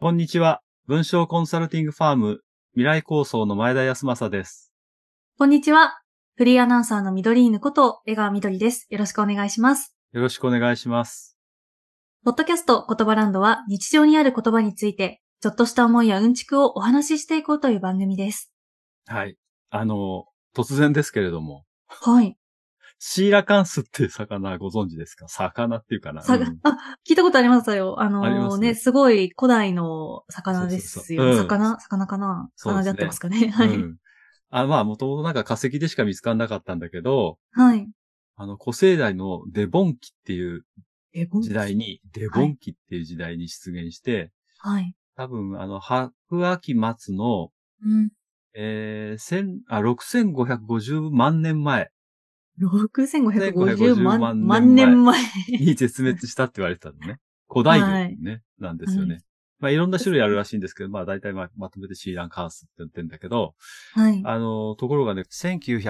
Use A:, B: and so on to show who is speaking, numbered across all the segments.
A: こんにちは。文章コンサルティングファーム未来構想の前田康政です。
B: こんにちは。フリーアナウンサーのミドリーヌこと江川みどりです。よろしくお願いします。
A: よろしくお願いします。
B: ポッドキャスト言葉ランドは日常にある言葉について、ちょっとした思いやうんちくをお話ししていこうという番組です。
A: はい。あの、突然ですけれども、
B: はい。
A: シーラカンスっていう魚ご存知ですか魚っていうかな
B: さ
A: うん
B: あ、聞いたことありますよ。あのー
A: ありますね
B: ね、すごい古代の魚ですよ。
A: そうそうそううん
B: 魚、魚かな
A: そうですね
B: 魚で合ってますかね。はい、
A: うんあまあ、もともとなんか化石でしか見つからなかったんだけど、
B: はい。
A: あの、古生代のデボン紀っていう
B: え、ぼん
A: 時代。に、デボン紀っていう時代に出現して、
B: はい。
A: 多分、あの、白亜紀末の、
B: うん。
A: えー、千、あ、6550万年前
B: 6550
A: 6550万
B: 万万 年前。
A: に絶滅したって言われてたのね。古代魚ね、なんですよね。
B: はい
A: まあ、いろんな種類あるらしいんですけど、まあ、大体ままとめてシーランカースって言ってんだけど、
B: はい。
A: あの、ところがね、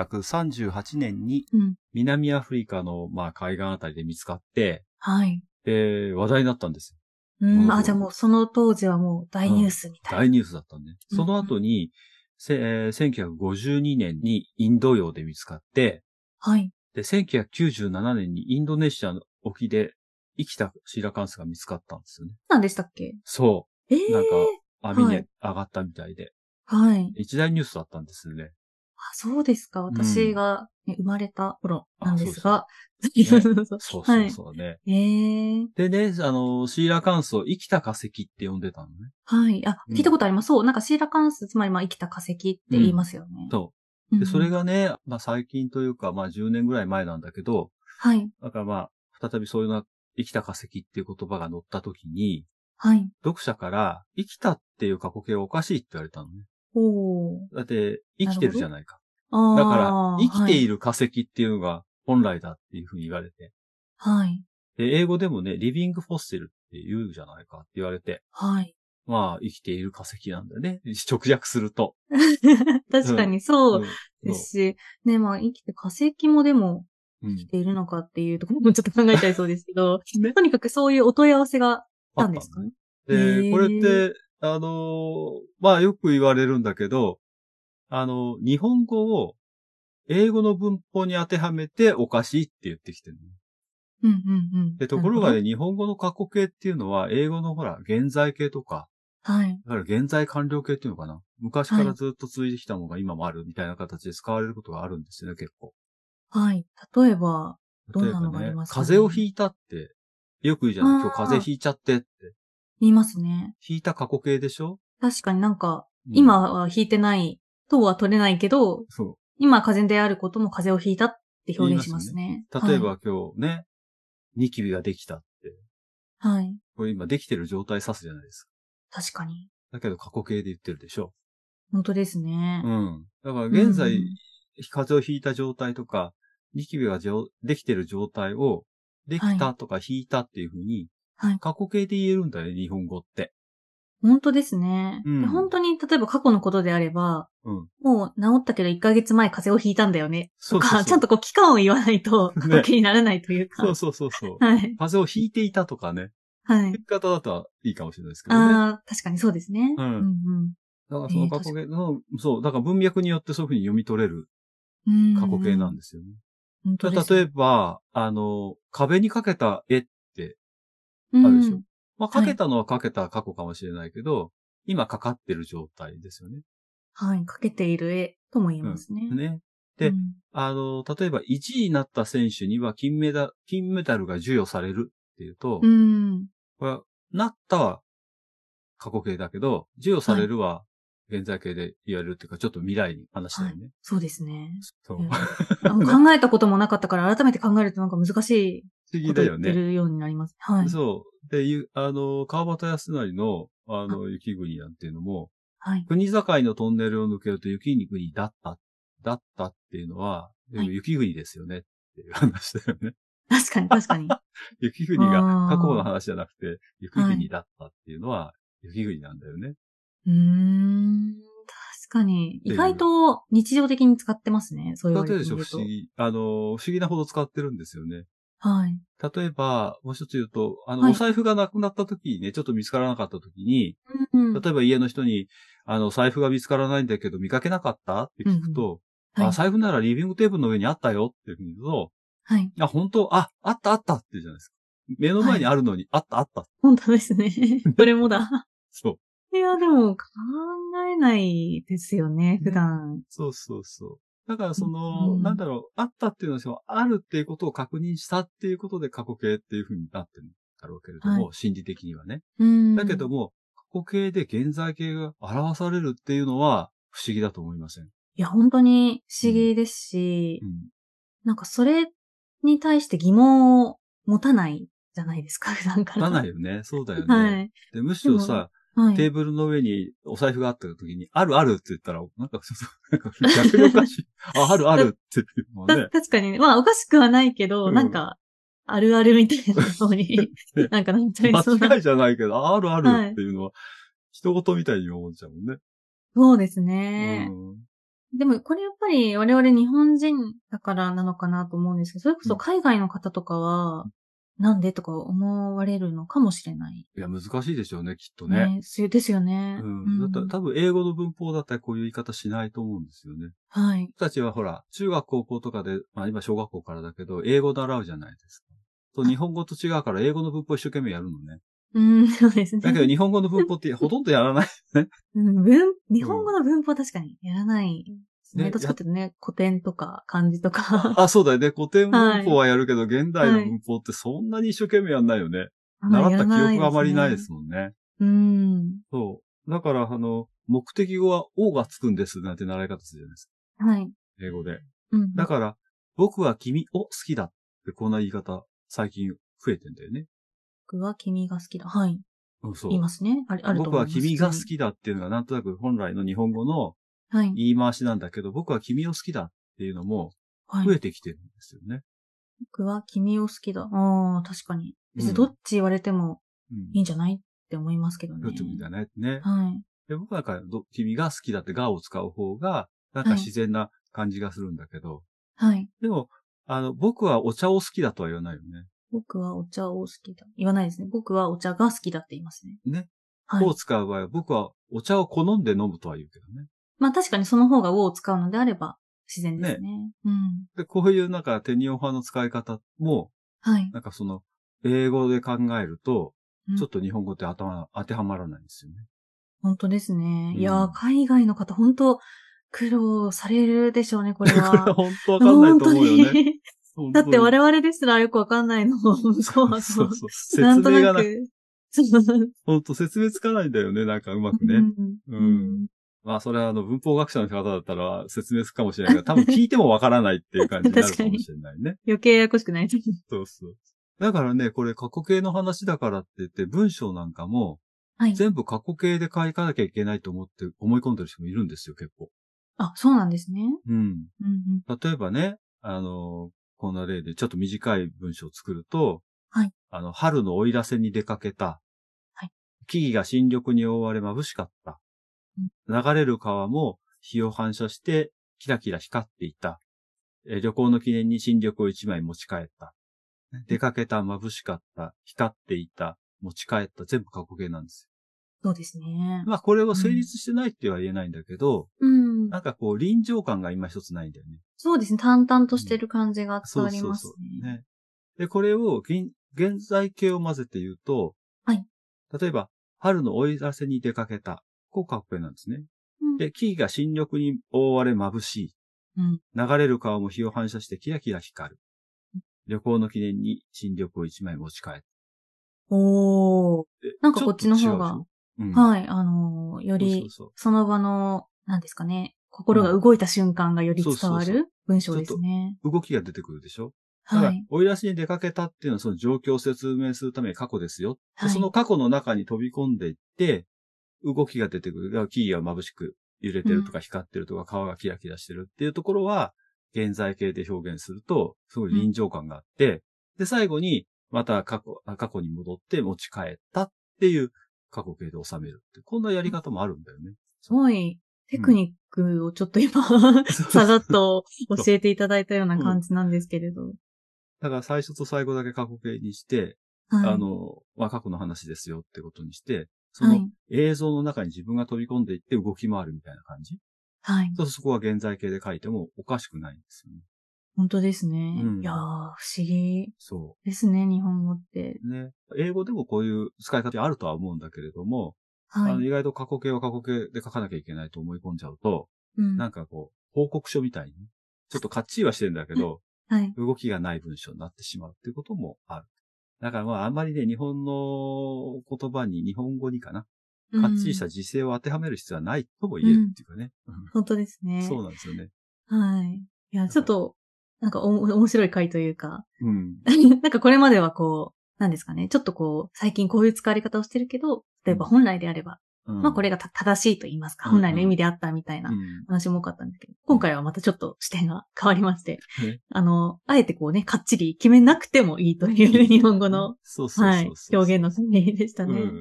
A: 1938年に
B: うん。
A: 南アフリカの、まあ、海岸あたりで見つかって、
B: はい。
A: で、話題になったんですよ。
B: うん。
A: う
B: あ、
A: ん
B: じゃあもうその当時はもう大ニュースみたいな。
A: 大ニュースだったんね。その後に、せえー1952年にインド洋で見つかって、
B: はい。
A: で、1997年にインドネシアの沖で生きたシーラカンスが見つかったんですよね。
B: なんでしたっけ
A: そう。
B: ええ
A: なんか、網
B: は
A: に
B: い
A: 上がったみたいで、
B: はい。
A: 一大ニュースだったんですよね。
B: あそうですか。
A: ん
B: 私がね、生まれた頃なんですが。
A: そうで
B: そう
A: そう
B: は
A: そう
B: い
A: そうね。
B: ええ
A: でね、あの、シーラカンスを生きた化石って呼んでたのね。
B: はい。あ、
A: うん
B: 聞いたことあります。そう。なんかシーラカンス、つまりまあ生きた化石って言いますよね。
A: そ
B: うん
A: う。で、それ。がね、まあ最近というか、まあ10年ぐらい前なんだけど、
B: はい。
A: だからまあ、再びそういうな、生きた化石っていう言葉が載った時に、
B: はい。
A: 読者から、生きたっていう過去形はおかしいって言われたのね。
B: おー。
A: だって、生きてるじゃないか。
B: あー
A: だから、生きてい
B: る。
A: る化石っていうのが本来だっていうふうに言われて。
B: はい。
A: で、英語でもね、リビングフォッシルって言うじゃないかって言われて、
B: はい。
A: まあ、生きている化石なんだよね。直訳すると。
B: 確かにそ
A: う
B: う
A: ん
B: ですし、ね、まあ生きて化石もでも
A: そううん
B: 生きているのかっていうところもちょっと考えちゃいそうですけど、
A: ね
B: とにかくそういうお問い合わせがあったんですか
A: あっ
B: ね。
A: たのねで、
B: へー
A: これって、あのーまあ、よく言われるんだけど、あの、日本語を英語の文法に当てはめておかしいって言ってきてるのね。
B: うんうんうん。
A: で、ところが
B: な
A: ね、
B: る
A: 日本語の過去形っていうのは、英語のほら、現在形とか、
B: ほどはい。
A: だから現在完了形っていうのかな。昔からずっと続いてきたものが今もあるみたいな形で使われることがあるんですよね、結構。
B: はい。例えば、ど
A: 例え
B: んな
A: ば
B: のがあ
A: ね
B: りますかね
A: 風邪をひいたって、よく言うじゃない
B: あー
A: 今日風邪ひいちゃってって。
B: 言いますね。
A: ひいた過去形でしょ、
B: 確かになんか、
A: うん
B: 今は引いてない、とは取れないけど、
A: そ
B: 今風邪であることも風邪をひいたって表現しますね。
A: う。例え
B: は
A: ば今日ね、ニキビができたって。
B: い。はい。
A: これ今できてる状態指すじゃないですか。
B: 確かに。
A: だけど過去形で言ってるでしょ
B: 本当ですね
A: う。ん。だから現在、
B: うん
A: 風邪をひいた状態とか、ニキビがじょできてる状態を、できたとかひいたっていうふうに、
B: はい
A: 過去形で言えるんだよね、日本語って。
B: 本当ですね、
A: うん
B: で本当に、例えば過去のことであれば、
A: うん。
B: もう治ったけど1ヶ月前風邪をひいたんだよね。
A: そ
B: とか、ちゃんとこう期間を言わないと、 過去形にならないというか。
A: そうそうそうそう。
B: はい。
A: 風邪をひいていたとかね。
B: はい
A: 言。い方だといいかもしれないですけどね。
B: ああ、確かにそうですね。
A: うん
B: うん
A: だからその過去形の、そう、だから文脈によってそういうふうに読み取れる
B: うん、
A: 過去形なん
B: で
A: ですよね。
B: 本
A: だ
B: 当で
A: から
B: すね
A: 例えば、あの、壁にかけた絵、
B: うん
A: あるでしょまあ、
B: は
A: か
B: い
A: けたのはかけた過去かもしれないけど、今かかってる状態ですよね。
B: はい、かけている絵とも言いますね。
A: ね。で
B: うん
A: あの、例えば1位になった選手には金メダ、金メダルが授与されるっていうと、
B: うん。
A: これは、なったは過去形だけど、授与されるは現在形で言われるっていうか、ちょっと未来に話だよね。
B: そうですね。
A: そう。
B: う ん
A: 不
B: あの考えたこともなかったから、改めて考えるとなんか難し
A: 思
B: い
A: 議
B: こ
A: だ
B: と
A: よ
B: 言って
A: ね。
B: るようになります。はい。
A: そう。で、ゆあの、川端康成の、あの、雪国なんていうのも、
B: はい。
A: 国境のトンネルを抜けると雪国だった、だったっていうのは、
B: はい
A: 雪国ですよねっていう話だよ ね。
B: 確かに、確 かに。
A: 雪国が
B: あー
A: 過去の話じゃなくて、雪国だったっていうのは、雪国なんだよね。
B: うーん。確かに。
A: ていう
B: 意外と日常的に使ってますね。そう
A: 例
B: 言
A: えば
B: われ
A: で
B: てみ
A: しょ、
B: る
A: 不
B: と
A: 思。議、あの、不思議なほど使ってるんですよね。
B: はい。
A: 例えば、もう一つ言うと、あの、
B: はい
A: お財布がなくなった時にね、ちょっと見つからなかった時に、
B: うん。
A: 例えば家の人に、あの、財布が見つからないんだけど見かけなかったって聞くと、
B: うんうんはい
A: あ、財布ならリビングテーブルの上にあったよって言うと、
B: はい。
A: あ、本当あ、あったあったって言うじゃないですか。目の前にあるのに、あったあった。
B: 本当で すね。これもだ。
A: そう。
B: いや、でも、考えないですよね、普段。
A: そうそうそう。だからその、
B: うん
A: なんだろう、あったっていうのはその、あるっていうことを確認したっていうことで過去形っていうふうになってるんだろうけれども、心理的にはね。
B: うん。
A: だけど、も、過去形で現在形が表されるっていうのは不思議だと思いません。
B: いや、本当に不思議ですし、
A: うん
B: なんかそれに対して疑問を持たないじゃないです か、普段か
A: な
B: ら。
A: らないよね。そうだよね。
B: はい。
A: でむしろさ、
B: はい。
A: テーブルの上にお財布があった時に、あるあるって言ったら、なんかちょっと、なんか逆におかし い。あ、あるあるっていうのは
B: た
A: ね。
B: 確かにね。まあ、おかしくはないけど、
A: うん
B: なんか、あるあるみたいな 方に
A: ね、
B: なんかなっちゃいそう
A: 間
B: な。
A: 違いじゃないけど、あるあるっていうのは、人事みたいに思っちゃうもんね。
B: そうですね。
A: うん
B: でも、これやっぱり我々日本人だからなのかなと思うんですけど、それこそ海外の方とかは、なんでとか思われるのかもしれない。
A: いや、難しいでしょうね、きっとね。
B: そうですよね。
A: うん。だったら、多分英語の文法だったらこういう言い方しないと思うんですよね。
B: はい。
A: 僕たちはほら、中学高校とかで、まあ今小学校からだけど、英語習うじゃないですか。そう日本語と違うから、英語の文法一生懸命やるのね。
B: うん、そうですね。
A: だけど日本語の文法ってほとんどやらない。
B: うん、文、日本語の文法は確かにやらないですね。
A: ね
B: どっちかっていうとね、古典とか漢字とか。
A: あ、そうだよね。古典文法はやるけど、現代の文法ってそんなに一生懸命やんないよ ね。習った記憶があまりないで。すもんね。
B: うん。
A: そう。だから、あの、目的語は O がつくんですなんて習い方するじゃないです
B: はい。
A: か。英語で。
B: うん。
A: だから、僕は君を好きだって、こんな言い方、最近増えてんだよね。
B: 僕は君が好きだ。はい。
A: うん、そう
B: い。ますね。あれ、あると
A: 僕
B: 思い
A: は
B: ます。
A: 君が好。きだっていうのがなんとなく本来の日本語の
B: はい。
A: 言い回しなんだけど、僕は君を好きだっていうのも
B: は
A: 増
B: い。
A: えてきてるんですよね。
B: 僕は君を好きだ。ああ、確かに。別
A: うん
B: にどっち言われても
A: うん
B: いいんじゃないって思いますけどね。
A: どっちもいいんだね。ね。
B: はい。
A: で僕はなんかど、君が好きだってがを使う方が、なんか自然な感じがするんだけど、
B: はい。
A: でも、あの、僕はお茶を好きだとは言わないよね。
B: 僕はお茶を好きだ。言わないですね。僕はお茶が好きだって言いますね。
A: ね。
B: はい
A: を、。使う場合は、僕はお茶を好んで飲むとは言うけどね。
B: まあ確かにその方がを使うのであれば自然ですね。うん。
A: で、こういうなんかテニオン派の使い方も、
B: はい。
A: なんかその、英語で考えると
B: う、ん
A: ちょっと日本語って頭、当てはまらないんですよね。
B: 本当ですね。
A: うん
B: いやー、海外の方本当苦労されるでしょうね、これは。
A: これは 本当わかんないと思う よ
B: 本当
A: ね。
B: に
A: 本当
B: だ
A: に
B: って我々ですらよくわかんないのを、向こう は
A: そうそう。説
B: なんと
A: 明が
B: な
A: ない。
B: く。そう
A: 本当説明つかないんだよね、なんかうまくね。
B: うん
A: うんまあ、それはあの、文法学者の方だったら説明するかもしれないけど、多分聞いてもわからないっていう感じになるかもしれないね。
B: 余計ややこしくない。
A: そうそう。だからね、これ過去形の話だからって言って、文章なんかも、
B: はい。
A: 全部過去形で書かなきゃいけないと思って思い込んでる人もいるんですよ、結構。
B: あ、そうなんですね。
A: うん。
B: うんうん
A: 例えばね、あの、こんな例でちょっと短い文章を作ると、
B: はい
A: あの、春の追い出せに出かけた。
B: はい
A: 木々が新緑に覆われ眩しかった。流れる川も日を反射してキラキラ光っていた。えー旅行の記念に新緑を一枚持ち帰った。出かけた、眩しかった、光っていた、持ち帰った、全部過去形なんです
B: そうですね
A: よ。。まあこれを成立してないっては言えないんだけど、
B: うん。
A: なんかこう臨場感が今一つないんだよね。
B: そうですね。淡々としてる感じが伝わりますね。
A: ね。で、これを現現在形を混ぜて言うと、
B: はい
A: 例えば、春の追い出せに出かけた。こうかっこいいなんですね。
B: うん
A: で、木々が新緑に覆われ眩しい。
B: うん
A: 流れる川も日を反射してキラキラ光る。旅行の記念に新緑を一枚持ち帰って。
B: おー。なんかこっちの方が
A: ちょっと違うでしょ、うん
B: はい。あのー、より、
A: そうそう
B: その場の、なんですかね、心が動いた瞬間がより伝わ
A: そうそう
B: る文章ですね。
A: そう動きが出てくるでしょだから
B: はい。、
A: 追い出しに出かけたっていうのはその状況を説明するために過去ですよ。で
B: はい
A: その過去の中に飛び込んでいって、動きが出てくる。だから木々が眩しく揺れてるとか光ってるとか、川がキラキラしてるっていうところは、現在形で表現すると、すごい臨場感があって、で、最後に、また過去、あ過去に戻って持ち帰ったっていう過去形で収めるって。こんなやり方もあるんだよね。
B: すごい、テクニックをちょっ と今、さらっと教えていただいたような感じなんですけれど。
A: だから最初と最後だけ過去形にして、
B: はい
A: あの、まあ、過去の話ですよってことにして、その
B: はい
A: 映像の中に自分が飛び込んでいって動き回るみたいな感じ。
B: はい。
A: そうするとそこは現在形で書いてもおかしくないんですよね。
B: 本当ですね。
A: うん
B: いやー、不思議
A: そ
B: ですね、日本語って。
A: う。ね。英語でもこういう使い方あるとは思うんだけれども、あの
B: はい。
A: 意外と過去形は過去形で書かなきゃいけないと思い込んじゃうと、
B: うん。
A: なんかこう、報告書みたいに、ちょっとカッチリはしてるんだけど、
B: はい。
A: 動きがない文章になってしまうっていうこともある。だからまああんまりね、日本の言葉に、日本語にかな、
B: うん
A: カッチリした時勢を当てはめる必要はないとも言えるっていうかね。
B: 本当ですね。
A: そうなんですよね。
B: はい。いや、ちょっと、なんかお面白い回というか、
A: うん。
B: なんかこれまではこう、なんですかね、ちょっとこう、最近こういう使われ方をしてるけど、例えば本来であれば、
A: うん
B: まあこれがた正しいと言いますか、
A: うん
B: 本来の意味であったみたいな
A: うん
B: 話も多かったんですけど、今回はまたちょっと視点が変わりまして
A: ね、
B: あの、あえてこうね、かっちり決めなくてもいいという 日本語の、
A: そうそう
B: は
A: そう
B: い
A: そう、
B: 表現の整理でした
A: う
B: ね。
A: ん。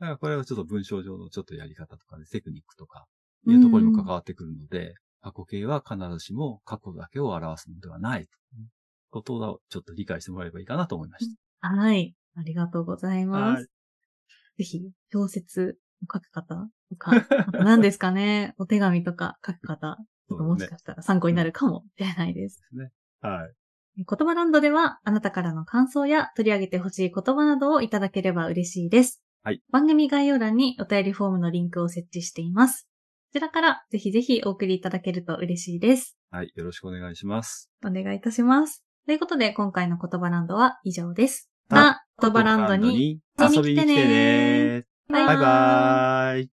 A: だからこれはちょっと文章上のちょっとやり方とかね、テクニックとか、いうところにも関わってくるので、過去形は必ずしも過去だけを表すのではないということをちょっと理解してもらえばいいかなと思いまし
B: はい。ありがとうござい
A: た。
B: ます。
A: はい。
B: ぜひ、小説の書く方とか、あと何ですかね、 お手紙とか書く方、
A: そう
B: も
A: で
B: し
A: すね
B: かしたら参考になるかもしれないです。
A: はい。
B: 言葉ランドでは、あなたからの感想や取り上げてほしい言葉などをいただければ嬉しいです。
A: はい
B: 番組概要欄にお便りフォームのリンクを設置しています。こちらからぜひぜひお送りいただけると嬉しいです。
A: はい。よろしくお願いします。
B: お願いいたします。ということで、今回の言葉ランドは以上です。
A: あ
B: また、言葉ランド
A: 言
B: に
A: 葉ランドに遊
B: 遊
A: びに
B: びに
A: 来
B: 来
A: て
B: てね
A: ね。バイバーイ。